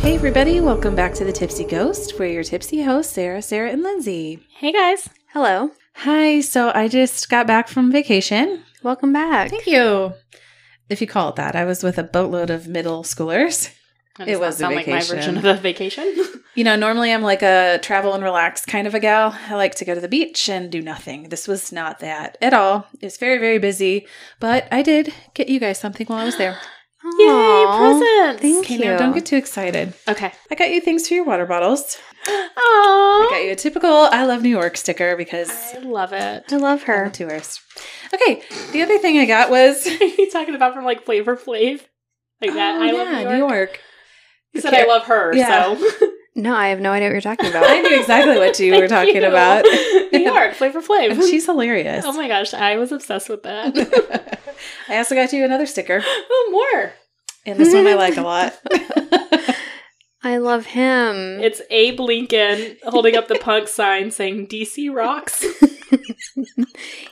Hey, everybody, welcome back to the Tipsy Ghost. We're your tipsy hosts, Sarah, Sarah, and Lindsay. Hey guys. Hello. Hi, so I just got back from vacation. Welcome back. Thank you. If you call it that, I was with a boatload of middle schoolers. That It does not was a sound like my vacation. version of a vacation. You know, normally I'm like a travel and relax kind of a gal. I like to go to the beach and do nothing. This was not that at all. It was very, very busy, but I did get you guys something while I was there. Aw. Yay, presents. Thank Okay, you. now don't get too excited. Okay. I got you things for your water bottles. I Oh, got you a typical I love New York sticker because I love it. I love I'm a her. tourist. Okay, the other thing I got was Are you talking about from like Flavor Flav? Like that? Oh, I yeah, love New York. You said Okay. I love her, Yeah. so. No, I have no idea what you're talking I about. knew exactly what you were Thank talking you. about. New York, Flavor Flav. And she's hilarious. oh my gosh, I was obsessed with that. I also got you another sticker, oh, more. and this one I like a lot. I love him. It's Abe Lincoln holding up the punk sign saying DC rocks.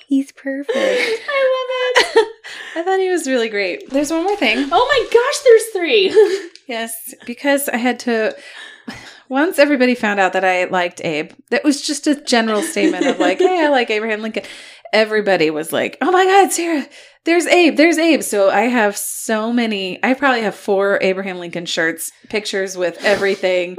He's perfect. I love it. I thought he was really great. There's one more thing. Oh my gosh, there's three. Yes, because I had to. Once everybody found out that I liked Abe, that was just a general statement of like, hey, I like Abraham Lincoln. Everybody was like, oh my God, Sarah, there's Abe, there's Abe. So I have so many, I probably have four Abraham Lincoln shirts, pictures with everything.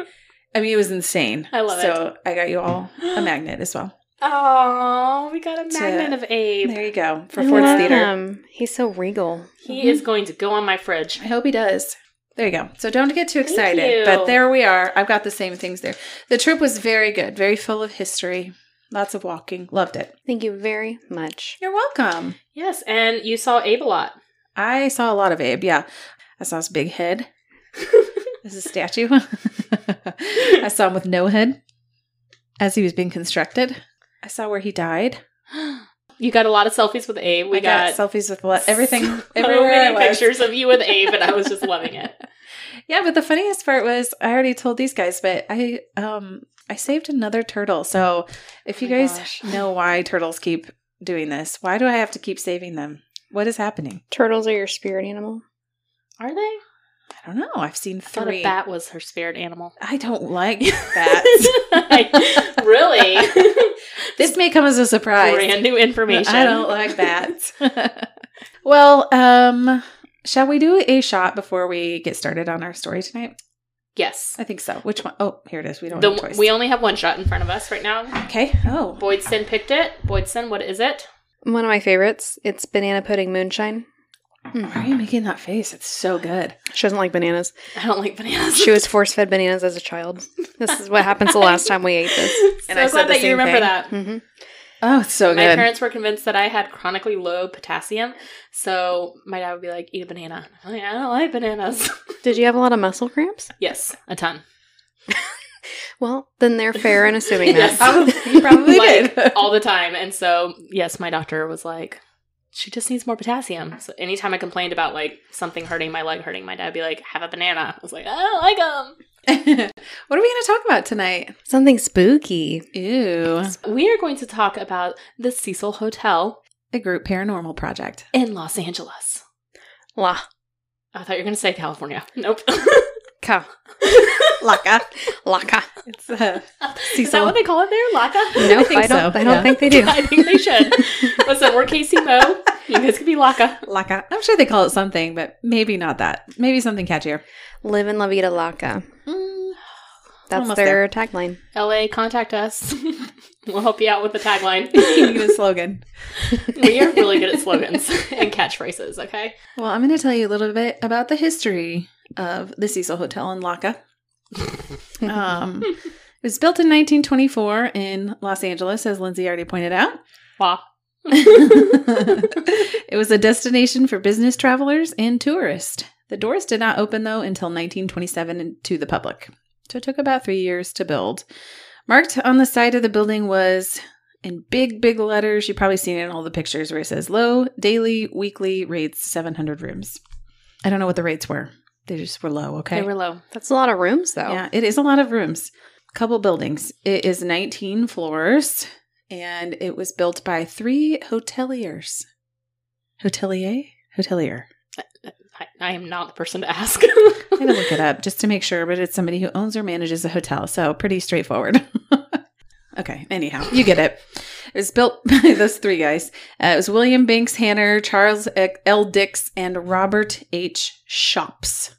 I mean, it was insane. I love so So I got you all a magnet as well. Oh, we got a To- magnet of Abe. There you go for I Ford's love Theater. him. He's so regal. He is going to go on my fridge. I hope he does. There you go. So don't get too Thank excited, you. but there we are. I've got the same things there. The trip was very good, very full of history, lots of walking. Loved it. Thank you very much. You're welcome. Yes, and you saw Abe a lot. I saw a lot of Abe. Yeah. I saw his big head. This is a statue. I saw him with no head as he was being constructed. I saw where he died. you got a lot of selfies with Abe. We I got, got, selfies with le- everything, so everywhere I many was. pictures of you with Abe, and I was just loving it. Yeah, but the funniest part was I already told these guys, but I um I saved another turtle. So if Oh you my guys gosh. know why turtles keep doing this, why do I have to keep saving them? What is happening? Turtles are your spirit animal. Are they? I I don't know. I've seen thought three. a bat was her spirit animal. I don't like bats. I- really? this may come as a surprise. Brand new but information. I don't like bats. well, um, shall we do a shot before we get started on our story tonight? Yes. I think so. Which one? Oh, here it is. We don't have The, choice. we only have one shot in front of us right now. okay. Oh, Boydson picked it. Boydson, what is it? One of my favorites. It's banana pudding moonshine. why are you making that face? It's so good. She doesn't like bananas. I don't like bananas. She was force fed bananas as a child. This is what happens the last time we ate this. so And I said glad the that you same remember thing. that. hmm Oh, it's so My good. parents were convinced that I had chronically low potassium, so my dad would be like, "Eat a banana." I'm like, I don't like bananas. Did you have a lot of muscle cramps? yes, a ton. Well, then they're fair in assuming Yes. that. Probably- you probably Like, did. all the time. And so, yes, my doctor was like, "She just needs more potassium." So anytime I complained about like something hurting my leg, hurting my dad, would be like, "Have a banana." I was like, "I don't like them." what are we going to talk about tonight? Something spooky. Ew. We are going to talk about the Cecil Hotel The group paranormal project. in Los Angeles. La I thought you were going to say California. Nope. ca Laka. la ca. It's uh, Is that Cecil. what they call it there? Laka? Nope, I, think don't. so, I don't yeah. think they do. I think they should. Listen, we're Casey Mo. You guys could be Laka. Laka. I'm sure they call it something, but maybe not that. Maybe something catchier. Mm, Live in La Vida Laca. That's Almost their tagline. LA, contact us. we'll help you out with the tagline. You need a slogan. we are really good at slogans and catchphrases, okay? Well, I'm going to tell you a little bit about the history of the Cecil Hotel in Laka. Um, it was built in 1924 in Los Angeles, as Lindsay already pointed out. Wah. it was a destination for business travelers and tourists. The doors did not open, though, until 1927 and- to the public. So it took about three years to build. Marked on the side of the building was, in big, big letters, you've probably seen it in all the pictures where it says low, daily, weekly rates, 700 rooms. I don't know what the rates were. They just were low, okay? They were low. That's a lot of rooms, though. Yeah, it is a lot of rooms. Couple buildings. It is 19 floors and it was built by three hoteliers. Hotelier? Hotelier. I, I am not the person to ask. I had to look it up just to make sure, but it's somebody who owns or manages a hotel, so pretty straightforward. okay, anyhow, you get it. It was built by those three guys. Uh, it was William Banks Hanner, Charles L. Dix, and Robert H. Shops.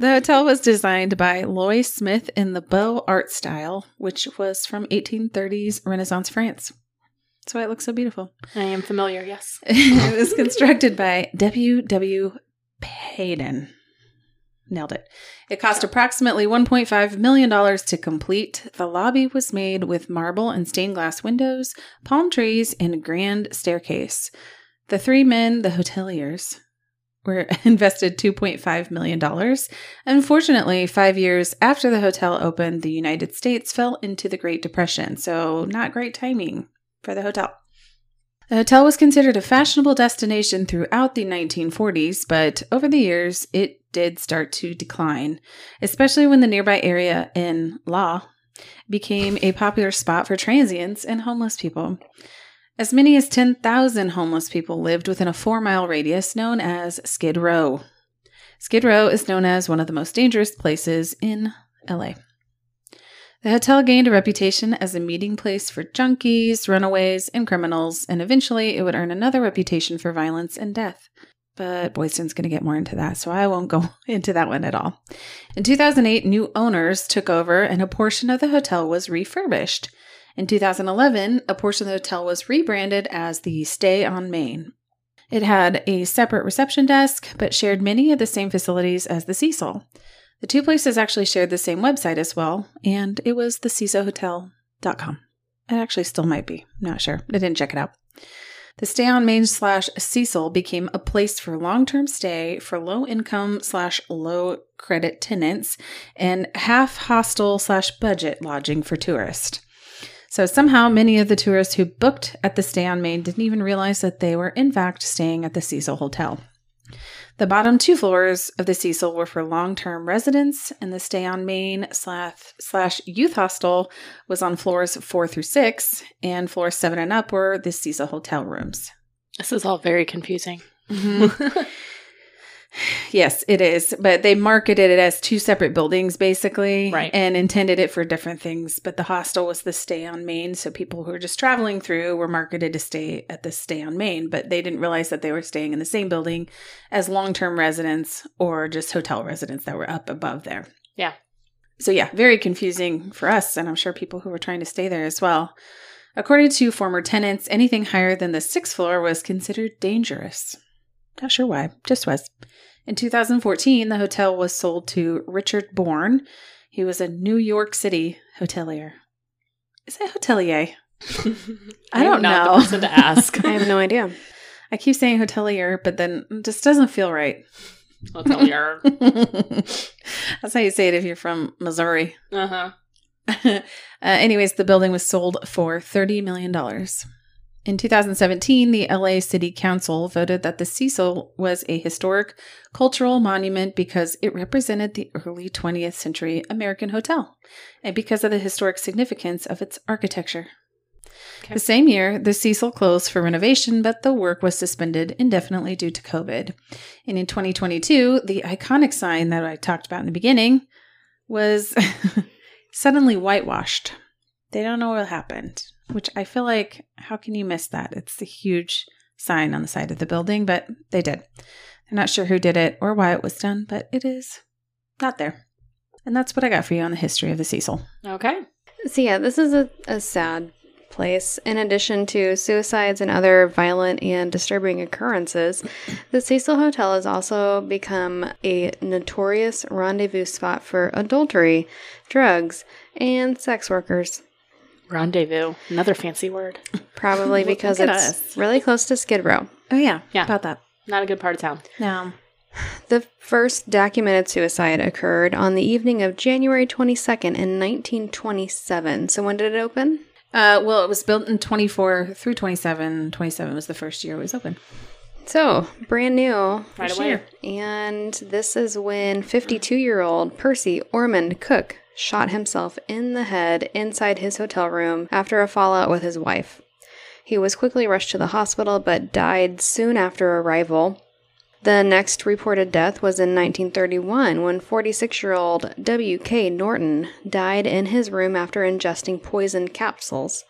The hotel was designed by Loy Smith in the Beaux Art style, which was from 1830s Renaissance France. That's why it looks so beautiful. I am familiar, yes. it was constructed by W. W. Payden. Nailed it. It cost approximately $1.5 million to complete. The lobby was made with marble and stained glass windows, palm trees, and a grand staircase. The three men, the hoteliers, were invested $2.5 million. Unfortunately, five years after the hotel opened, the United States fell into the Great Depression, so not great timing for the hotel. The hotel was considered a fashionable destination throughout the 1940s, but over the years it did start to decline, especially when the nearby area in La became a popular spot for transients and homeless people. As many as 10,000 homeless people lived within a four mile radius known as Skid Row. Skid Row is known as one of the most dangerous places in LA. The hotel gained a reputation as a meeting place for junkies, runaways, and criminals, and eventually it would earn another reputation for violence and death. But Boydston's going to get more into that, so I won't go into that one at all. In 2008, new owners took over and a portion of the hotel was refurbished. In 2011, a portion of the hotel was rebranded as the Stay on Main. It had a separate reception desk, but shared many of the same facilities as the Cecil. The two places actually shared the same website as well, and it was thecisohotel.com. It actually still might be. I'm not sure. I didn't check it out. The stay on Main slash Cecil became a place for long term stay for low income slash low credit tenants and half hostel slash budget lodging for tourists. So somehow many of the tourists who booked at the stay on Main didn't even realize that they were in fact staying at the Cecil Hotel. The bottom two floors of the Cecil were for long term residents, and the stay on Main slash, slash youth hostel was on floors four through six, and floors seven and up were the Cecil hotel rooms. This is all very confusing. Mm-hmm. yes, it is, but they marketed it as two separate buildings basically, Right. and intended it for different things. But the hostel was the stay on Main, so people who were just traveling through were marketed to stay at the stay on Main, but they didn't realize that they were staying in the same building as long term residents or just hotel residents that were up above there. Yeah. So, yeah, very confusing for us, and I'm sure people who were trying to stay there as well. According to former tenants, anything higher than the sixth floor was considered dangerous. Not sure why, just was. In 2014, the hotel was sold to Richard Bourne. He was a New York City hotelier. Is it hotelier? I am don't not know. The person to ask. I have no idea. I keep saying hotelier, but then it just doesn't feel right. I'll tell you. That's how you say it if you're from Missouri. Uh huh. uh, anyways, the building was sold for $30 million. In 2017, the LA City Council voted that the Cecil was a historic cultural monument because it represented the early 20th century American hotel and because of the historic significance of its architecture. Okay. The same year, the Cecil closed for renovation, but the work was suspended indefinitely due to COVID. And in 2022, the iconic sign that I talked about in the beginning was suddenly whitewashed. They don't know what happened, which I feel like, how can you miss that? It's a huge sign on the side of the building, but they did. I'm not sure who did it or why it was done, but it is not there. And that's what I got for you on the history of the Cecil. Okay. So yeah, this is a, a sad place. In addition to suicides and other violent and disturbing occurrences, the Cecil Hotel has also become a notorious rendezvous spot for adultery, drugs, and sex workers. Rendezvous. Another fancy word. Probably Look because at it's us. really close to Skid Row. Oh, yeah. Yeah. About that. Not a good part of town. Now, The first documented suicide occurred on the evening of January 22nd in 1927. So when did it open? uh, well, it was built in 24 through 27. 27 was the first year it was open. So, brand new. Right This away. year. And this is when 52 year old Percy Ormond Cook shot himself in the head inside his hotel room after a fallout with his wife. He was quickly rushed to the hospital but died soon after arrival. The next reported death was in 1931 when 46 year old W.K. Norton died in his room after ingesting poison capsules.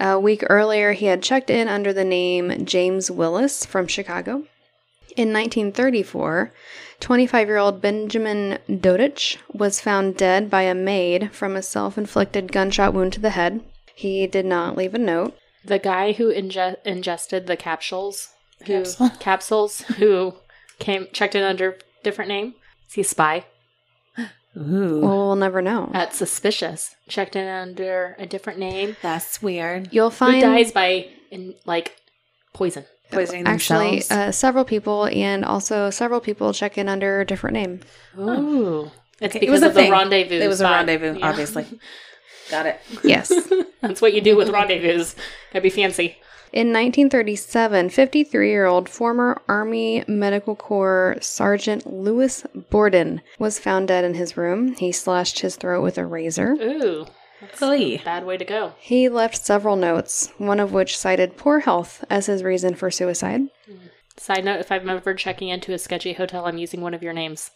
A week earlier, he had checked in under the name James Willis from Chicago. In 1934, 25 year old Benjamin Dodich was found dead by a maid from a self inflicted gunshot wound to the head. He did not leave a note. The guy who inge- ingested the capsules, who, Capsule. capsules, who came checked in under different name. Is he a spy? Ooh. Uh, Well, we'll never know. That's suspicious. Checked in under a different name. that's weird. You'll Who find uh, dies by in like poison? Poisoning actually themselves. uh, several people, and also several people check in under a different name. Oh. Ooh, it's Okay, it because was a of the thing. rendezvous. It was a spy. rendezvous, Yeah. obviously. Got it. Yes. That's what you do with rendezvous. Gotta be fancy. In 1937, 53 year old former Army Medical Corps Sergeant Louis Borden was found dead in his room. He slashed his throat with a razor. Ooh, that's a Oy. bad way to go. He left several notes, one of which cited poor health as his reason for suicide. Side note: If I'm ever checking into a sketchy hotel, I'm using one of your names.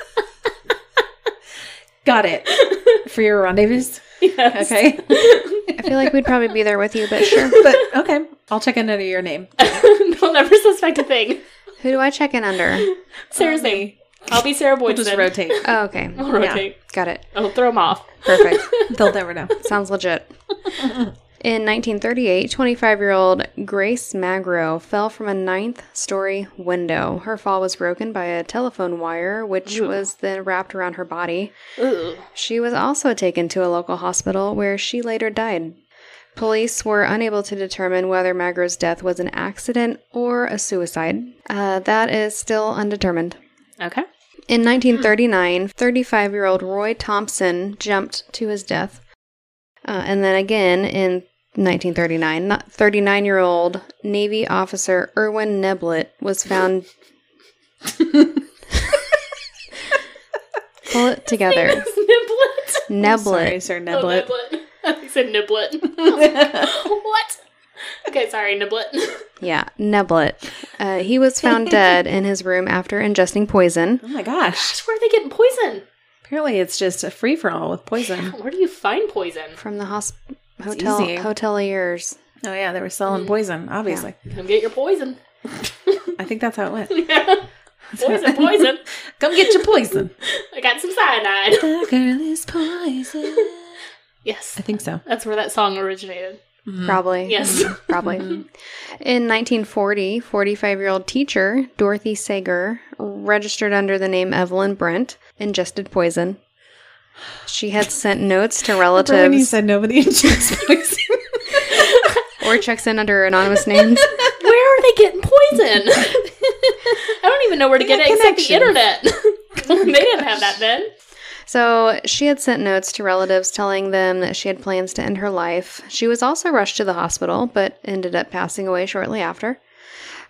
Got it. For your rendezvous? Yes. Okay. I feel like we'd probably be there with you, but sure. but okay. I'll check in under your name. They'll never suspect a thing. Who do I check in under? Sarah's name. I'll be Sarah We'll Boydson. just rotate. Oh, okay. I'll rotate. Got it. I'll throw them off. Perfect. They'll never know. Sounds legit. In 1938, 25 year old Grace Magro fell from a ninth story window. Her fall was broken by a telephone wire, which Ooh. was then wrapped around her body. Ooh. She was also taken to a local hospital where she later died. Police were unable to determine whether Magro's death was an accident or a suicide. Uh, that is still undetermined. Okay. In 1939, 35 year old Roy Thompson jumped to his death. Uh, and then again in 1939, 39 year old Navy officer Irwin Neblett was found. Pull it together. Sorry, Niblet. Neblett. Sir Oh, Niblet. Niblet. He said Niblet. what? Okay, sorry, Niblet. Yeah, Neblett. Uh, he was found dead in his room after ingesting poison. Oh my gosh. Gosh, where are they getting poison? Apparently it's just a free for all with poison. Where do you find poison? From the hosp- hotel easy. hoteliers. Oh yeah, they were selling poison, obviously. Come get your poison. I think that's how it went. Yeah. Poison, poison. Come get your poison. I got some cyanide. the girl is poison. Yes. I think so. That's where that song originated. Probably. Mm-hmm. Yes. Probably. In 1940, 45 year old teacher Dorothy Sager, registered under the name Evelyn Brent, ingested poison. She had sent notes to Remember when you relatives said nobody ingests poison? or checks in under anonymous names. Where are they getting poison? I don't even know where to get it except the Connection. internet. they didn't have that then. So she had sent notes to relatives telling them that she had plans to end her life. She was also rushed to the hospital, but ended up passing away shortly after.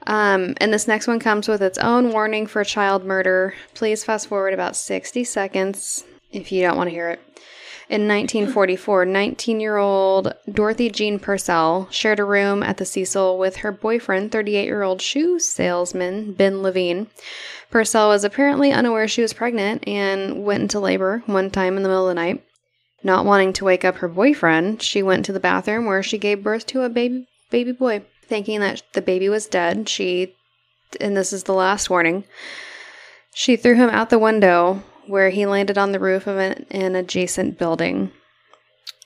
Um, and this next one comes with its own warning for child murder. Please fast forward about 60 seconds if you don't want to hear it. In 1944, 19 year old Dorothy Jean Purcell shared a room at the Cecil with her boyfriend, 38 year old shoe salesman Ben Levine. Purcell was apparently unaware she was pregnant and went into labor one time in the middle of the night. Not wanting to wake up her boyfriend, she went to the bathroom where she gave birth to a baby baby boy. Thinking that the baby was dead, she and this is the last warning. She threw him out the window where he landed on the roof of an, an adjacent building.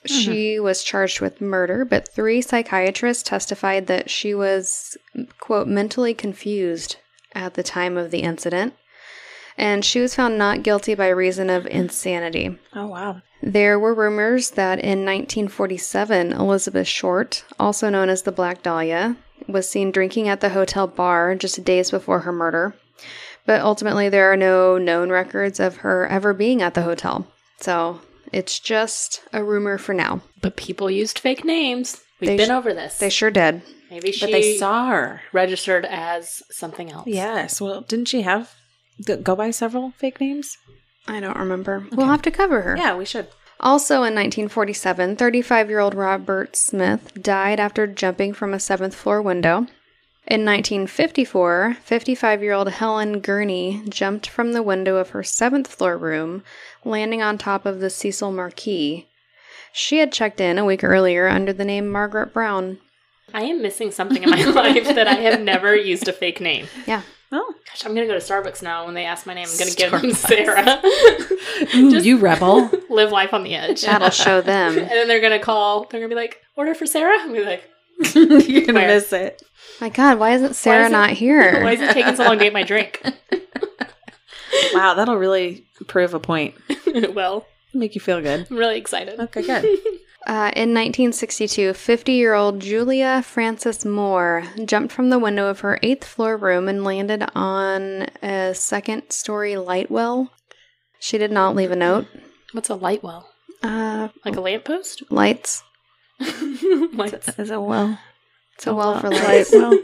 She was charged with murder, but three psychiatrists testified that she was, quote, mentally confused at the time of the incident. And she was found not guilty by reason of insanity. Oh wow. There were rumors that in 1947, Elizabeth Short, also known as the Black Dahlia, was seen drinking at the hotel bar just days before her murder. But ultimately, there are no known records of her ever being at the hotel. So it's just a rumor for now. But people used fake names. We've They been sh- over this. They sure did. Maybe she But they saw her. registered as something else. Yes. Well, didn't she have th- go by several fake names? I don't remember. We'll have to cover her. Yeah, we should. Also in 1947, 35 year old Robert Smith died after jumping from a seventh floor window. In 1954, 55 year old Helen Gurney jumped from the window of her seventh floor room, landing on top of the Cecil Marquis. She had checked in a week earlier under the name Margaret Brown. I am missing something in my life that I have never used a fake name. Oh, Gosh, I'm gonna go to Starbucks now. When they ask my name, I'm gonna give them Starbucks. Sarah. Ooh, Just you rebel. live life on the edge. That'll show And them. then they're gonna call. They're gonna be like, "Order for Sarah." I'm gonna be like, You're going to Where? miss it. My God, why isn't Sarah isn't- not here? "Why is it taking so long to get my drink?" Wow, that'll really prove a point. well, Make you feel good. I'm really excited. Okay, good. Uh, in 1962, 50 year old Julia Frances Moore jumped from the window of her eighth floor room and landed on a second story light well. She did not leave a note. What's a light well? Uh, Like a lamppost? lights. lights. Is it well? It's a Oh, well for light. lights. well,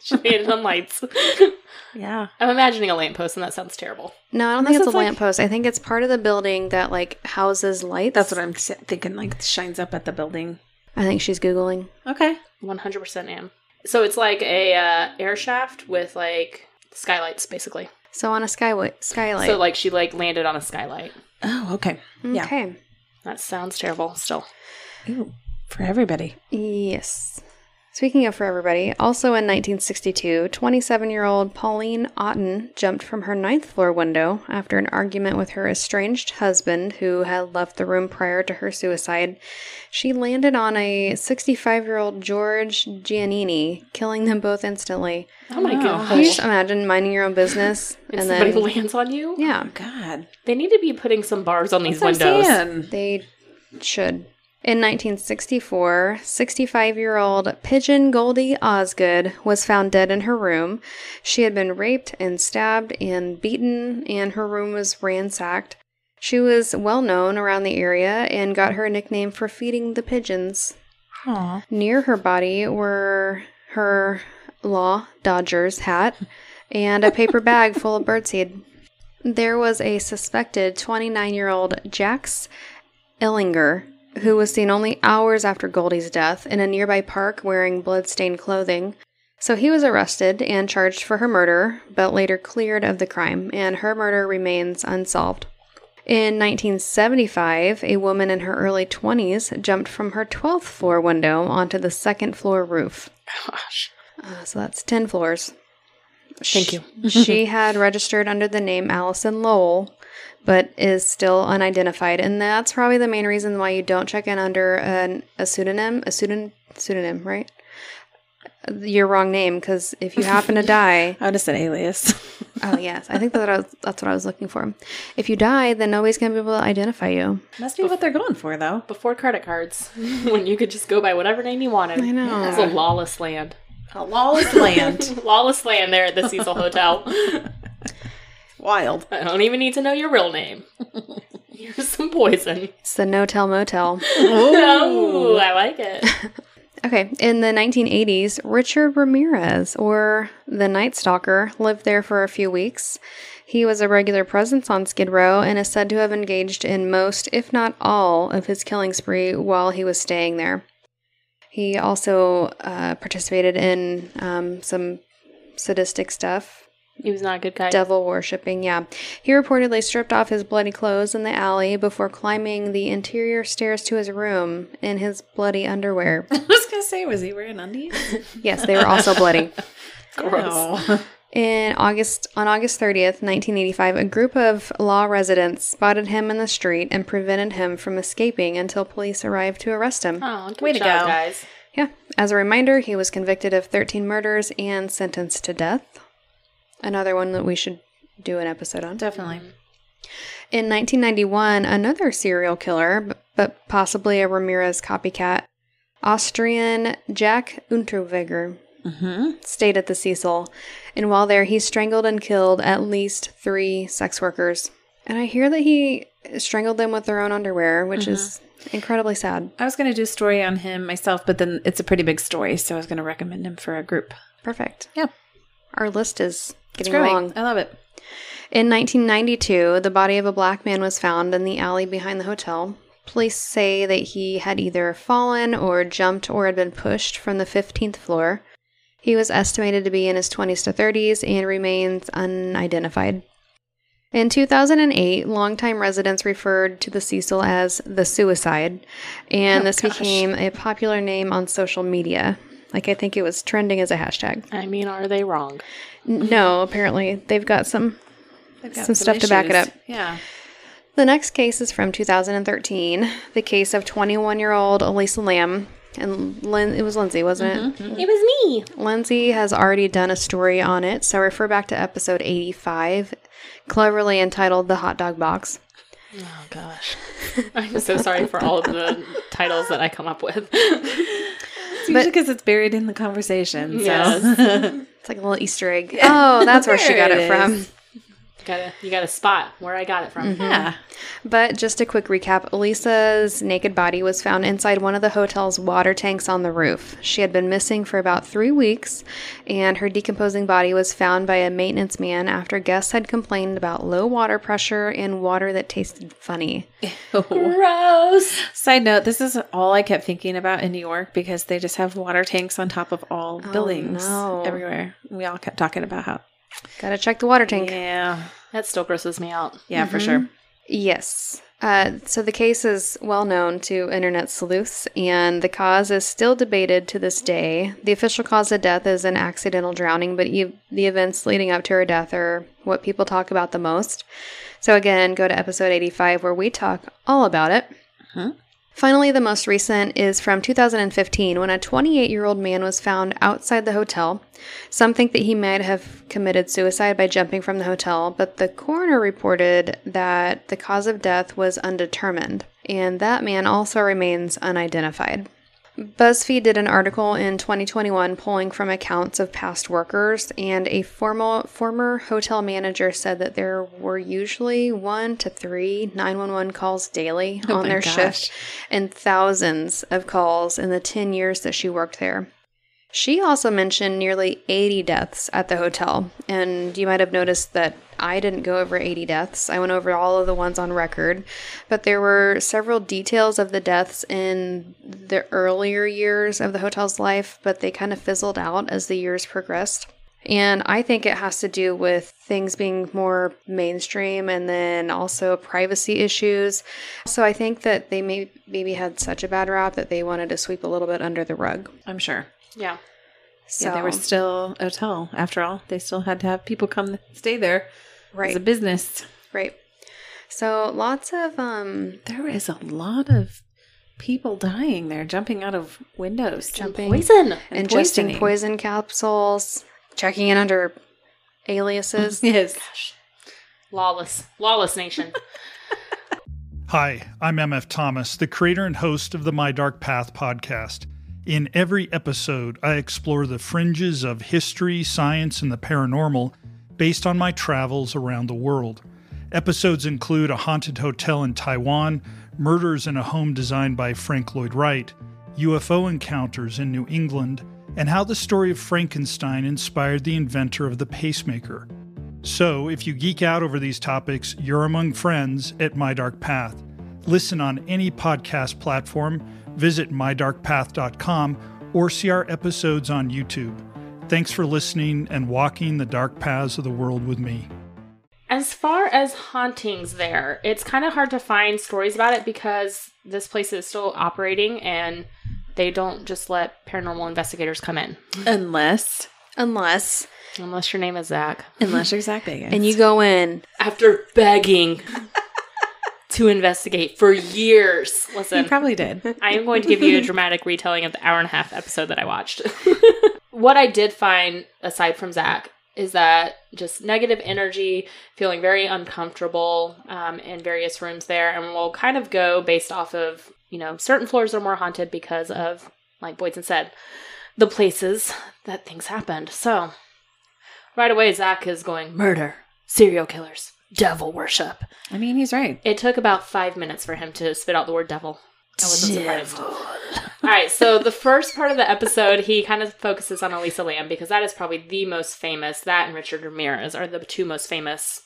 She made it on lights. yeah. I'm imagining a lamppost, and that sounds terrible. No, I don't Unless think it's it's a like- lamppost. I think it's part of the building that like houses lights. That's what I'm s- thinking. Like, shines up at the building. I think she's googling. Okay. 100% am. So it's like a uh, air shaft with like skylights, basically. So on a skylight. Skylight. So like she like landed on a skylight. Oh, okay. yeah. okay. That sounds terrible. Still, Ooh, for everybody. Yes. Speaking of for everybody, also in 1962, 27 year old Pauline Otten jumped from her ninth floor window after an argument with her estranged husband, who had left the room prior to her suicide. She landed on a 65 year old George Giannini, killing them both instantly. oh my Wow. Can gosh, you just imagine minding your own business and, and somebody then. lands on you. Yeah, God. They need to be putting some bars on these That's what I'm saying. windows. they should. In 1964, 65 year old Pigeon Goldie Osgood was found dead in her room. She had been raped and stabbed and beaten, and her room was ransacked. She was well known around the area and got her nickname for feeding the pigeons. Aw. Near her body were her law Dodgers hat and a paper bag full of birdseed. There was a suspected 29 year old Jax Ellinger who was seen only hours after Goldie's death in a nearby park wearing bloodstained clothing. So he was arrested and charged for her murder, but later cleared of the crime, and her murder remains unsolved. In 1975, a woman in her early 20s jumped from her 12th floor window onto the second floor roof. Gosh, Uh, so that's 10 floors. Thank you. she had registered under the name Allison Lowell, but is still unidentified. And that's probably the main reason why you don't check in under an, a pseudonym, a pseudonym, pseudonym, right? Your wrong name, because if you happen to die, I would have said alias. oh yes, I think that I was, that's what I was looking for. If you die, then nobody's gonna be able to identify you. Must be what they're going for, though. before credit cards, when you could just go by whatever name you wanted. I know. It's a lawless land. A lawless land. lawless land there at the Cecil Hotel. Wild. I don't even need to know your real name. Here's some poison. It's the No Tell Motel. Oh, I like it. Okay, in the 1980s, Richard Ramirez, or the Night Stalker, lived there for a few weeks. He was a regular presence on Skid Row and is said to have engaged in most, if not all, of his killing spree while he was staying there. He also uh, participated in um, some sadistic stuff, He was not a good guy. devil worshipping. Yeah. He reportedly stripped off his bloody clothes in the alley before climbing the interior stairs to his room in his bloody underwear. I was going to say, was he wearing undies? yes, they were also bloody. Gross. Ew. In August, on August 30th, 1985, a group of law residents spotted him in the street and prevented him from escaping until police arrived to arrest him. Oh, good Way to job, go. guys. Yeah. As a reminder, he was convicted of 13 murders and sentenced to death. Another one that we should do an episode on. Definitely. In 1991, another serial killer, b- but possibly a Ramirez copycat, Austrian Jack Unterweger, Mm-hmm. stayed at the Cecil. And while there, he strangled and killed at least three sex workers. And I hear that he strangled them with their own underwear, which Mm-hmm. is incredibly sad. I was going to do a story on him myself, but then it's a pretty big story, so I was going to recommend him for a group. Perfect. Yeah. Our list is It's getting growing. long. I love it. In 1992, the body of a black man was found in the alley behind the hotel. Police say that he had either fallen or jumped or had been pushed from the 15th floor. He was estimated to be in his 20s to 30s and remains unidentified. In 2008, longtime residents referred to the Cecil as the suicide, and Oh, this gosh. became a popular name on social media. Like, I think it was trending as a hashtag. I mean, are they wrong? N- No, apparently, they've got some They've Some stuff to back it up. Yeah. The next case is from 2013, the case of 21 year old Elisa Lamb. And Lin- it was Lindsay, wasn't Mm-hmm. it? It was me. Lindsay has already done a story on it, so refer back to episode 85, cleverly entitled The Hot Dog Box. Oh gosh, I'm so sorry for all of the titles that I come up with. It's usually because it's buried in the conversation. So. Yes. It's like a little Easter egg. Oh, that's where she There got it it, from. is. gotta you gotta spot where I got it from. yeah. But just a quick recap Elisa's naked body was found inside one of the hotel's water tanks on the roof. She had been missing for about three weeks, and her decomposing body was found by a maintenance man after guests had complained about low water pressure and water that tasted funny. Gross. Side note, this is all I kept thinking about in New York because they just have water tanks on top of all Oh, buildings no. everywhere. We all kept talking about how. Gotta check the water tank. Yeah. That still grosses me out. Mm-hmm. Yeah, for Mhm. sure. Yes. Uh, so the case is well known to internet sleuths, and the cause is still debated to this day. The official cause of death is an accidental drowning, but e- the events leading up to her death are what people talk about the most. So again, go to episode 85 where we talk all about it. Mhm. Finally, the most recent is from 2015 when a 28 year old man was found outside the hotel. Some think that he might have committed suicide by jumping from the hotel, but the coroner reported that the cause of death was undetermined, and that man also remains unidentified. BuzzFeed did an article in 2021 pulling from accounts of past workers, and a formal, former hotel manager said that there were usually one to three 911 calls daily Oh on my their gosh. shift and thousands of calls in the 10 years that she worked there. She also mentioned nearly 80 deaths at the hotel, and you might have noticed that I didn't go over 80 deaths. I went over all of the ones on record, but there were several details of the deaths in the earlier years of the hotel's life, but they kind of fizzled out as the years progressed. And I think it has to do with things being more mainstream and then also privacy issues. So I think that they may, maybe had such a bad rap that they wanted to sweep a little bit under the rug. I'm sure. Yeah. So yeah, they were still a hotel after all. They still had to have people come stay there right, as a business. right. So lots of um, There is a lot of people dying there, jumping out of windows. jumping, Poison. ingesting poisoning. poison capsules, checking in under Mm-hmm. aliases. Yes. Gosh. Lawless. Lawless nation. Hi, I'm MF Thomas, the creator and host of the My Dark Path podcast. In every episode, I explore the fringes of history, science, and the paranormal based on my travels around the world. Episodes include a haunted hotel in Taiwan, murders in a home designed by Frank Lloyd Wright, UFO encounters in New England, and how the story of Frankenstein inspired the inventor of the pacemaker. So, if you geek out over these topics, you're among friends at My Dark Path. Listen on any podcast platform, visit mydarkpath.com, or see our episodes on YouTube. Thanks for listening and walking the dark paths of the world with me. As far as hauntings, there, it's kind of hard to find stories about it because this place is still operating and they don't just let paranormal investigators come in. Unless, Unless, Unless your name is Zach. unless you're Zach Bagans. and you go in. After begging to investigate for years. You Listen, probably did. I am going to give you a dramatic retelling of the hour and a half episode that I watched. what I did find, aside from Zach, is that just negative energy, feeling very uncomfortable um, in various rooms there, and we'll kind of go based off of you know certain floors are more haunted because of, like Boydson said, the places that things happened. So right away, Zach is going murder, serial killers, devil worship. I mean, he's right. It took about five minutes for him to spit out the word devil. I wasn't surprised. All right, so the first part of the episode, he kind of focuses on Elisa Lamb because that is probably the most famous. That and Richard Ramirez are the two most famous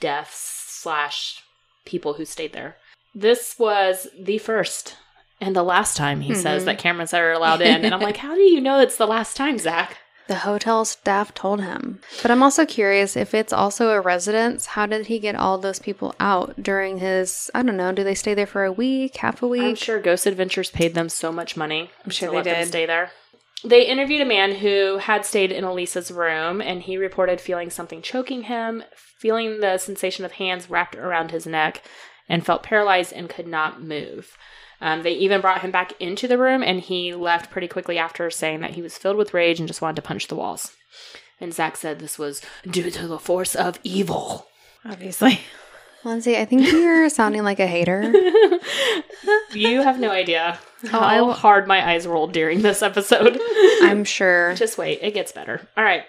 deaths slash people who stayed there. This was the first and the last time he says Mhm. that cameras are allowed in, and I'm like, how do you know it's the last time, Zach? The hotel staff told him. But I'm also curious if it's also a residence, how did he get all those people out during his, I don't know, do they stay there for a week, half a week? I'm sure Ghost Adventures paid them so much money. I'm sure to they let them did. stay there. They interviewed a man who had stayed in Elisa's room, and he reported feeling something choking him, feeling the sensation of hands wrapped around his neck, and felt paralyzed and could not move. Um, they even brought him back into the room, and he left pretty quickly after, saying that he was filled with rage and just wanted to punch the walls. And Zach said this was due to the force of evil. Obviously. Lindsay, I think you're sounding like a hater. you have no idea Oh, how I will- hard my eyes rolled during this episode. I'm sure. Just wait, it gets better. All right.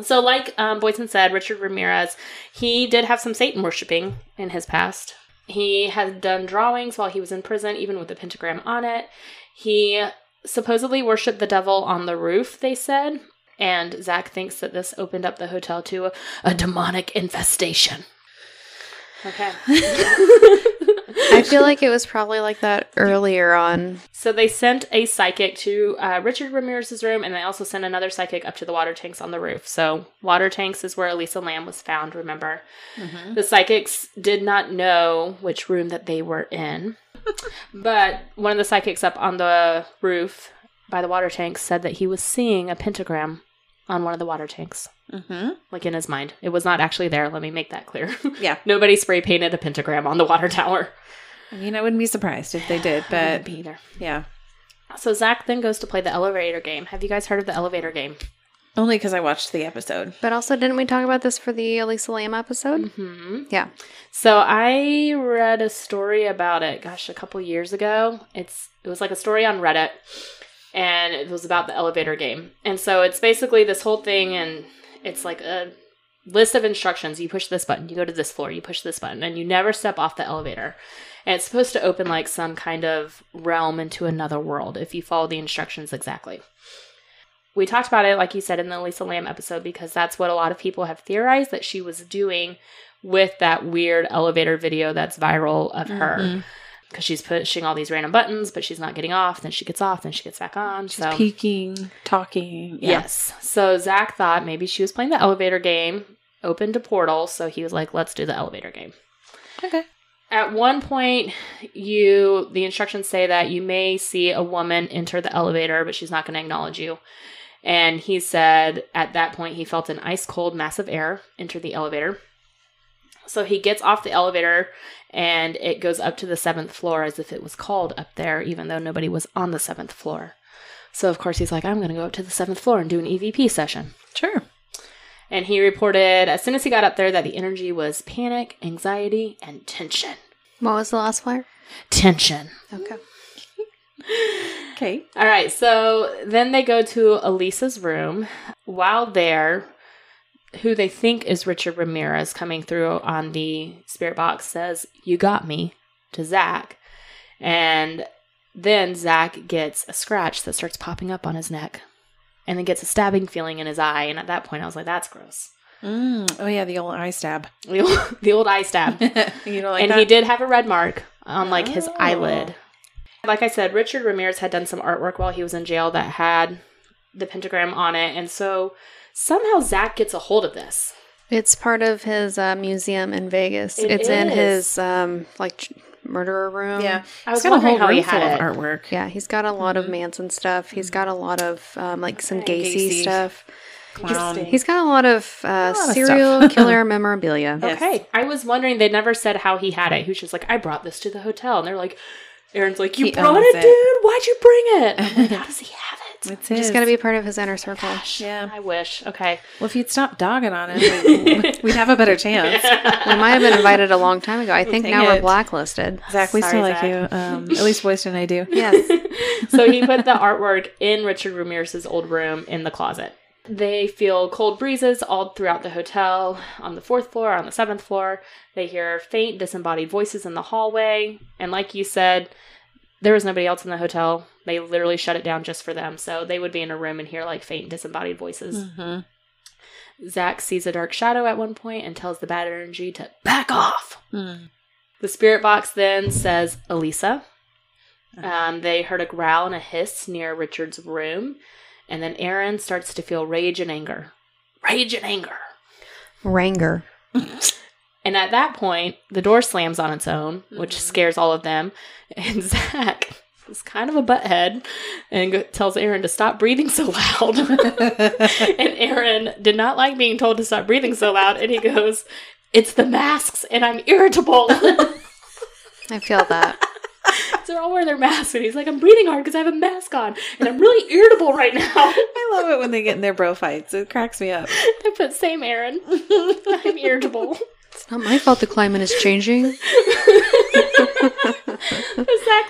So, like um, Boyson said, Richard Ramirez, he did have some Satan worshiping in his past. He had done drawings while he was in prison, even with a pentagram on it. He supposedly worshipped the devil on the roof, they said. And Zach thinks that this opened up the hotel to a, a demonic infestation. Okay. I feel like it was probably like that earlier on. So they sent a psychic to uh, Richard Ramirez's room, and they also sent another psychic up to the water tanks on the roof. So water tanks is where Elisa Lamb was found. Remember, the psychics did not know which room that they were in, but one of the psychics up on the roof by the water tanks said that he was seeing a pentagram on one of the water tanks, Mm-hmm. like in his mind. It was not actually there. Let me make that clear. Yeah. Nobody spray painted a pentagram on the water tower. I mean, I wouldn't be surprised if they did, I but wouldn't be either. yeah. So Zach then goes to play the elevator game. Have you guys heard of the elevator game? Only because I watched the episode. But also, didn't we talk about this for the Elisa Lam episode? Mm-hmm. Yeah. So I read a story about it. Gosh, a couple years ago. It's it was like a story on Reddit, and it was about the elevator game. And so it's basically this whole thing, and it's like a list of instructions. You push this button, you go to this floor, you push this button, and you never step off the elevator. And it's supposed to open like some kind of realm into another world if you follow the instructions exactly. We talked about it, like you said, in the Lisa Lamb episode, because that's what a lot of people have theorized that she was doing with that weird elevator video that's viral of her. Mhm. Because she's pushing all these random buttons, but she's not getting off. Then she gets off, then she gets back on. She's so peeking, talking. Yeah. Yes. So Zach thought maybe she was playing the elevator game, opened a portal, so he was like, let's do the elevator game. Okay. At one point, you the instructions say that you may see a woman enter the elevator, but she's not going to acknowledge you. And he said at that point he felt an ice cold mass of air enter the elevator. So he gets off the elevator and it goes up to the seventh floor as if it was called up there, even though nobody was on the seventh floor. So of course he's like, I'm gonna go up to the seventh floor and do an EVP session. Sure. And he reported as soon as he got up there that the energy was panic, anxiety, and tension. What was the last flyer? Tension. Okay. Okay. All right, so then they go to Elisa's room. While there, who they think is Richard Ramirez coming through on the spirit box says, You got me to Zach. And then Zach gets a scratch that starts popping up on his neck and then gets a stabbing feeling in his eye. And at that point, I was like, That's gross. Mm. Oh, yeah. The old eye stab. The old, the old eye stab. you know, like and that? he did have a red mark on like his Oh. eyelid. Like I said, Richard Ramirez had done some artwork while he was in jail that had the pentagram on it, and so somehow Zach gets a hold of this. It's part of his uh, museum in Vegas. It it's in is. his um, like ch- murderer room. Yeah. I It's was got a wondering whole how he room full of had it. artwork. Yeah, he's got a lot Mhm. of Manson stuff. He's got a lot of um, like some Okay. Gacy, Mm-hmm. Gacy. stuff. Clown. Interesting. He's got a lot of uh, lot of serial stuff. killer memorabilia. Yeah. Okay, I was wondering. They never said how he had it. He was just like, "I brought this to the hotel," and they're like, "Aaron's like, you He brought owns it, it. dude. Why'd you bring it?" I'm like, how does he have it? It's Just his. got to be part of his inner circle. Gosh, Yeah. I wish. Okay, Well, if you'd stop dogging on him, we'd have a better chance. We might have been invited a long time ago. I think Dang now it. we're blacklisted. Zach, we Sorry, still like Zach. you. Um, at least Boyston and I do. Yes. so he put the artwork in Richard Ramirez's old room in the closet. They feel cold breezes all throughout the hotel, on the fourth floor, on the seventh floor. They hear faint, disembodied voices in the hallway. And like you said, there was nobody else in the hotel. They literally shut it down just for them. So they would be in a room and hear like faint, disembodied voices. Mhm. Zach sees a dark shadow at one point and tells the bad energy to back off. Mm. The spirit box then says Elisa. Um, they heard a growl and a hiss near Richard's room, And then Aaron starts to feel rage and anger. Rage and anger. Ranger. And at that point, the door slams on its own, which Mhm. scares all of them. And Zach is kind of a butthead and go- tells Aaron to stop breathing so loud. and Aaron did not like being told to stop breathing so loud. And he goes, It's the masks, and I'm irritable. I feel that. so they're all wearing their masks. And he's like, I'm breathing hard because I have a mask on, and I'm really irritable right now. I love it when they get in their bro fights. It cracks me up. I put same Aaron. I'm irritable. It's not my fault the climate is changing. Zach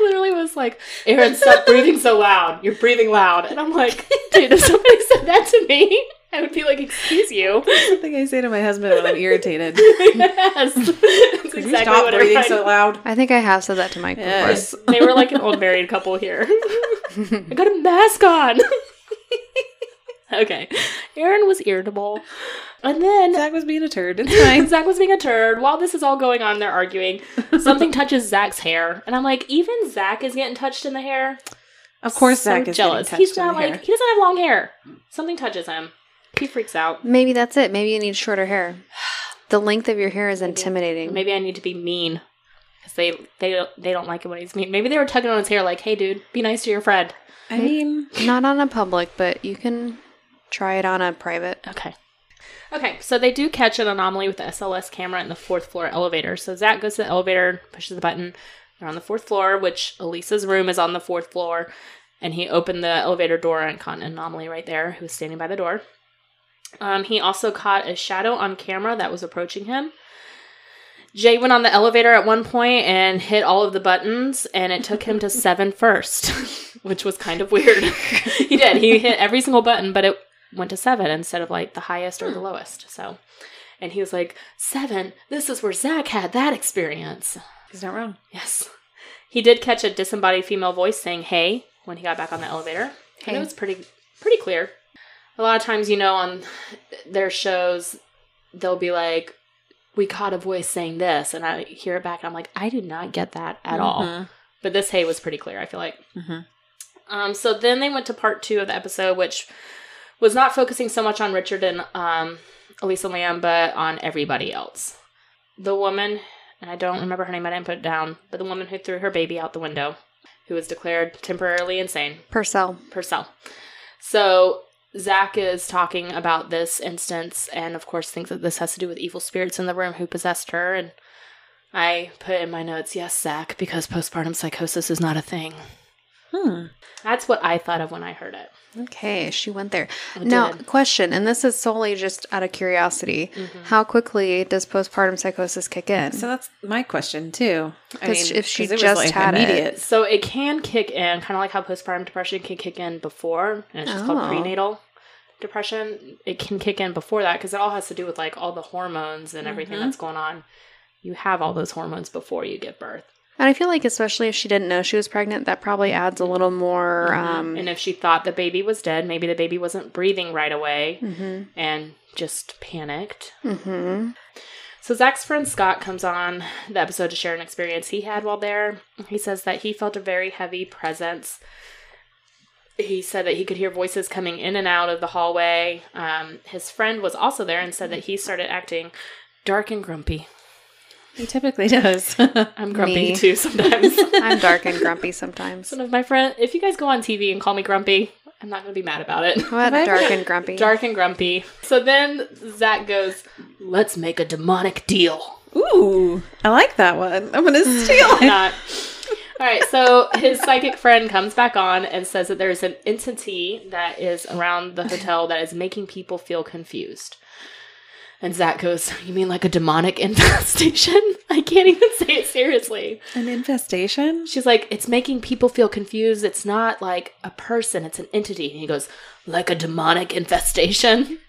literally was like, Aaron, stop breathing so loud. You're breathing loud. And I'm like, dude, if somebody said that to me, I would be like, excuse you. Something I say to my husband when I'm irritated. yes. That's Could you exactly stop what breathing everybody- so loud? I think I have said that to Mike Yes. They were like an old married couple here. I got a mask on. okay. Aaron was irritable. And then Zach was being a turd. It's fine. Zach was being a turd. While this is all going on, they're arguing. Something touches Zach's hair, and I'm like, even Zach is getting touched in the hair. Of course, So Zach is jealous. Getting He's touched in not the like hair. he doesn't have long hair. Something touches him. He freaks out. before. Maybe that's it. Maybe you need shorter hair. The length of your hair is intimidating. Maybe I need to be mean because they they they don't like it when he's mean. Maybe they were tugging on his hair like, "Hey, dude, be nice to your friend." I mean, Not on a public, but you can try it on a private. Okay. Okay, so they do catch an anomaly with the SLS camera in the fourth floor elevator. So Zach goes to the elevator, pushes the button. They're on the fourth floor, which Elisa's room is on the fourth floor. And he opened the elevator door and caught an anomaly right there, who was standing by the door. Um, he also caught a shadow on camera that was approaching him. Jay went on the elevator at one point and hit all of the buttons, and it took him to seven first, which was kind of weird. he did. He hit every single button, but it went to seven instead of like the highest or the lowest. So, and he was like, Seven, this is where Zach had that experience. he's not wrong. Yes. He did catch a disembodied female voice saying "Hey" when he got back on the elevator. And Hey. it was pretty pretty clear. A lot of times, you know, on their shows, they'll be like, "We caught a voice saying this," and I hear it back, and I'm like, "I do not get that at all." Mhm. But this "Hey" was pretty clear. I feel like. Mhm. Um, so then they went to part two of the episode, which was not focusing so much on Richard and um, Elisa Lamb, but on everybody else. The woman, and I don't remember her name, I didn't put it down, but the woman who threw her baby out the window, who was declared temporarily insane, Purcell. Purcell. So Zach is talking about this instance, and of course, thinks that this has to do with evil spirits in the room who possessed her. And I put in my notes, yes, Zach, because postpartum psychosis is not a thing. Hmm. That's what I thought of when I heard it. Okay, she went there. I Now, did. question, and this is solely just out of curiosity. Mhm. How quickly does postpartum psychosis kick in? So that's my question too. I 'Cause if she 'cause it was, just had it- immediate. So it can kick in, kind of like how postpartum depression can kick in before, and it's just Oh. called prenatal depression. It can kick in before that because it all has to do with like all the hormones and everything Mhm. that's going on. You have all those hormones before you give birth, and I feel like, especially if she didn't know she was pregnant, that probably adds a little more. Um, and if she thought the baby was dead, maybe the baby wasn't breathing right away hmm and just panicked. hmm So Zach's friend Scott comes on the episode to share an experience he had while there. He says that he felt a very heavy presence. He said that he could hear voices coming in and out of the hallway. Um, his friend was also there and said that he started acting dark and grumpy. He typically does. I'm grumpy Me. too sometimes. I'm dark and grumpy sometimes. Some of my friend, if you guys go on TV and call me grumpy, I'm not going to be mad about it. How Have about I- dark and grumpy? Dark and grumpy. So then Zach goes, "Let's make a demonic deal." Ooh, I like that one. I'm gonna steal it. not. All right, so his psychic friend comes back on and says that there is an entity that is around the hotel that is making people feel confused. And Zach goes, You mean like a demonic infestation? I can't even say it seriously. An infestation. She's like, It's making people feel confused. It's not like a person, it's an entity. And he goes, Like a demonic infestation?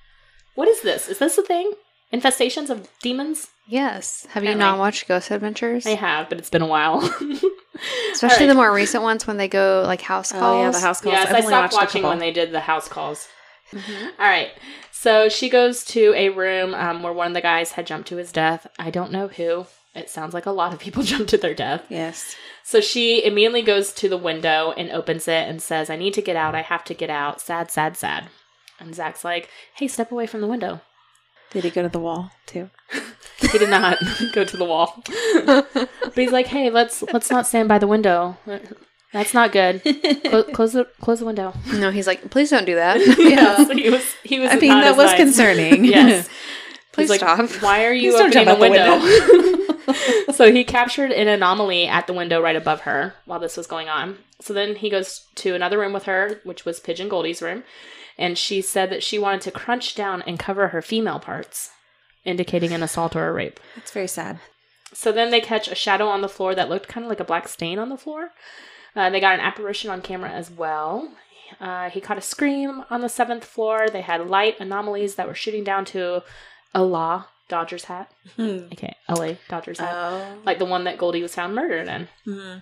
What is this? Is this a thing? Infestations of demons? yes. Have you Apparently. not watched Ghost Adventures? I have, but it's been a while. Especially All the right. more recent ones when they go like house calls. Oh yeah, the house calls. Yes, I've I only stopped watched a watching couple. when they did the house calls. All right. So she goes to a room um, where one of the guys had jumped to his death. I don't know who. It sounds like a lot of people jumped to their death. Yes. So she immediately goes to the window and opens it and says, I need to get out. I have to get out. Sad, sad, sad. And Zach's like, Hey, step away from the window. Did he go to the wall too? He did not go to the wall. but he's like, Hey, let's let's not stand by the window. That's not good. Close, close the close the window. No, he's like, please don't do that. Yeah. So he was he was I mean, not that as was nice. concerning. Yes. Please He's stop. Why are you Please don't opening the jump out window? so he captured an anomaly at the window right above her while this was going on. So then he goes to another room with her, which was Pigeon Goldie's room, and she said that she wanted to crunch down and cover her female parts, indicating an assault or a rape. That's very sad. So then they catch a shadow on the floor that looked kind of like a black stain on the floor. Uh, they got an apparition on camera as well. Uh, he caught a scream on the seventh floor. They had light anomalies that were shooting down to a law Dodgers hat. Okay, LA Dodgers hat. Oh. like the one that Goldie was found murdered in.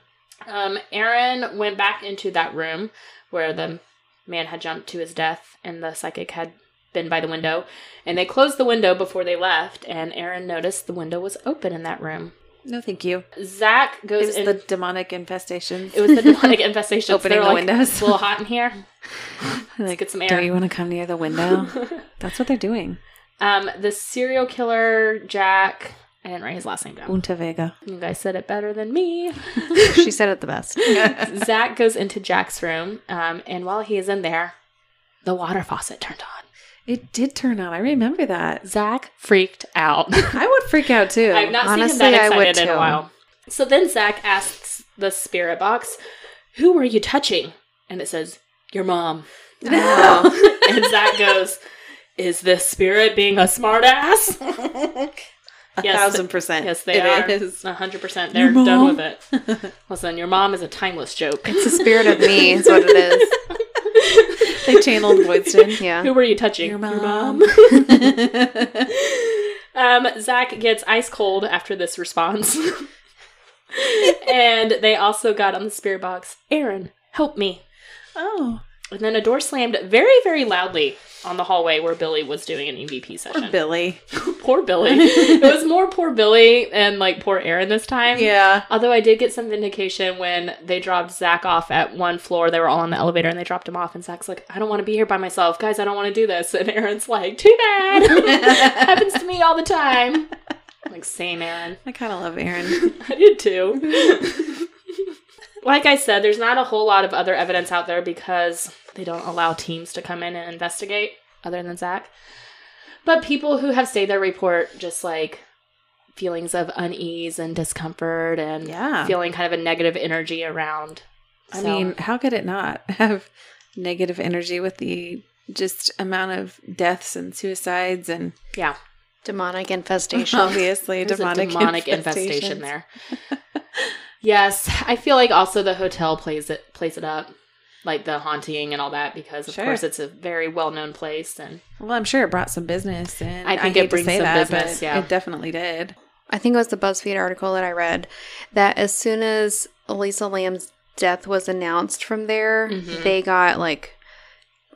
Um, Aaron went back into that room where the man had jumped to his death and the psychic had been by the window. And they closed the window before they left, and Aaron noticed the window was open in that room. No, thank you. Zach It goes was in. the demonic infestation. it was the demonic infestation. Opening the windows. It's a little hot in here. Let's like, get some don't air. you want to come near the window? That's what they're doing. um, the serial killer Jack. I didn't write his last name down. Unta Vega. You guys said it better than me. she said it the best. Zach goes into Jack's room, um, and while he is in there, the water faucet turned on. It did turn on. I remember that. Zach freaked out. I would freak out too. I've not Honestly, seen him that I would excited in a too. while. So then Zach asks the spirit box, "Who were you touching?" And it says, "Your mom." and Zach goes, "Is this spirit being a smartass?" A Yes, thousand percent. Yes, they It are. is. hundred percent. Your They're mom. done with it. Listen, your mom is a timeless joke. It's the spirit of me, is what it is. They channeled Boydston. Yeah. Who were you touching? uh, Your mom. Um, Zach gets ice cold after this response. and they also got on the spirit box, Aaron, help me. oh. And then a door slammed very, very loudly on the hallway where Billy was doing an EVP Or session. Billy. poor Billy. it was more poor Billy and like poor Aaron this time. Yeah. Although I did get some vindication when they dropped Zach off at one floor. They were all on the elevator and they dropped him off. And Zach's like, I don't want to be here by myself. Guys, I don't want to do this. And Aaron's like, too bad. Happens to me all the time. I'm like, same, Aaron. I kind of love Aaron. I did too. like I said, there's not a whole lot of other evidence out there because they don't allow teams to come in and investigate other than Zach. But people who have stayed there report just like feelings of unease and discomfort and Yeah. feeling kind of a negative energy around. I So, mean, how could it not have negative energy with the just amount of deaths and suicides and yeah, Demonic Uh-huh. infestation. obviously there's demonic, a demonic infestation infestations. there. yes, I feel like also the hotel plays it plays it up, like the haunting and all that, because of Sure. course it's a very well known place and Well, I'm sure it brought some business, and I I think think it hate brings to say some that, business, but yeah. it definitely did. I think it was the BuzzFeed article that I read that as soon as Elisa Lamb's death was announced from there, Mm-hmm. Mhm. they got like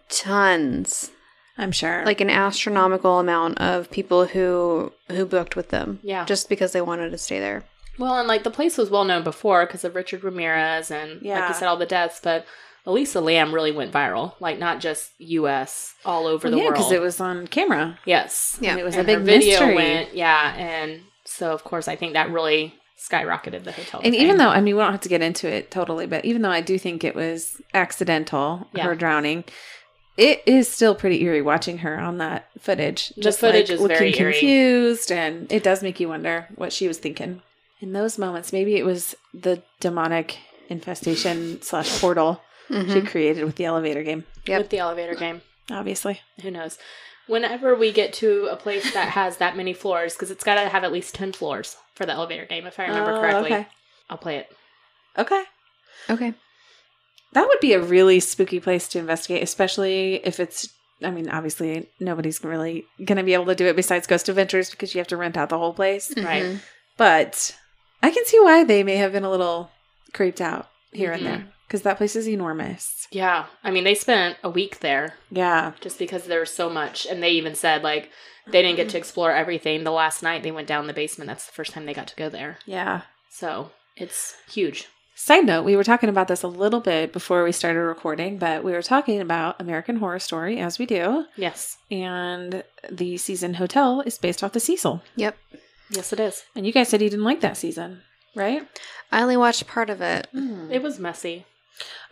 tons, I'm sure. like an astronomical amount of people who who booked with them. Yeah. Just because they wanted to stay there. Well, and like the place was well known before because of Richard Ramirez and like Yeah. you said, all the deaths. But Elisa Lamb really went viral, like not just U.S. all over Well, the Oh, yeah, world. because it was on camera. yes, Yeah. and it was And a her big mystery. yeah, and so of course I think that really skyrocketed the hotel. And to even fame. though, I mean, we don't have to get into it totally, but even though I do think it was accidental, Yeah. her drowning, it is still pretty eerie watching her on that footage. The footage is very eerie. confused, and it does make you wonder what she was thinking in those moments. Maybe it was the demonic infestation slash portal she Mm-hmm. Mhm. created with the elevator game. Yep. with the elevator game, Obviously, who knows? Whenever we get to a place that has that many floors, because it's got to have at least ten floors for the elevator game, if I remember Oh, correctly, Okay, I'll play it. okay. Okay. That would be a really spooky place to investigate, especially if it's. I mean, obviously, nobody's really going to be able to do it besides Ghost Adventures because you have to rent out the whole Mm-hmm. place. Right. Mhm. But I can see why they may have been a little creeped out here and Mm-hmm. there because that place is enormous. Yeah. I mean, they spent a week there Yeah. just because there was so much. And they even said, like, they didn't Mm-hmm. get to explore everything. The last night they went down the basement. That's the first time they got to go there. Yeah. So it's huge. Side note, we were talking about this a little bit before we started recording, but we were talking about American Horror Story as we do, Yes. and the season Hotel is based off the Cecil. Yep. Yes, it is. And you guys said you didn't like that season, right? I only watched part of it. It was messy.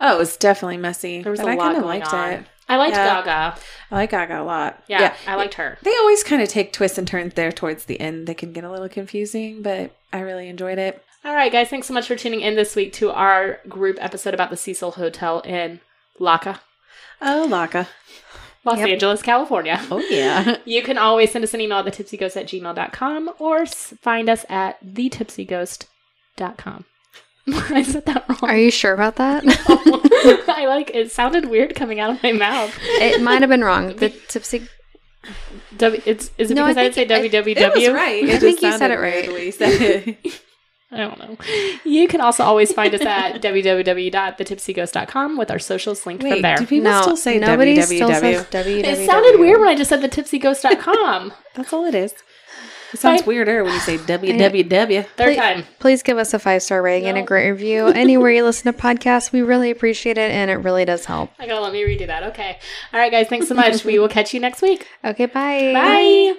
Oh, it was definitely messy. Mm. There was but a I lot kinda going liked on. it. I liked Yeah. Gaga. I like Gaga a lot. Yeah, I liked her. They always kind of take twists and turns there towards the end. They can get a little confusing, but I really enjoyed it. All right, guys. Thanks so much for tuning in this week to our group episode about the Cecil Hotel in Laca, Oh, Laka. Los Yep. Angeles, California. Oh, yeah. You can always send us an email at thetipsyghost at gmail.com or s- find us at thetipsyghost.com. I said that wrong. Are you sure about that? I like it sounded weird coming out of my mouth. it might have been wrong. The tipsy. W- it's, is it No, I because I, didn't think- say I- www? It was right. It I just think you said sounded it right. weirdly said. I don't know. You can also always find us at www.thetipsyghost.com with our socials linked from Wait, there. do people no, still say nobody www? still says www. It sounded weird when I just said thetipsyghost.com. That's all it is. It sounds Fine. weirder when you say www. Third time. Please give us a five star rating and a No. great review anywhere you listen to podcasts. We really appreciate it, and it really does help. I gotta let me redo that. Okay. All right, guys. Thanks so much. we will catch you next week. Okay, Bye.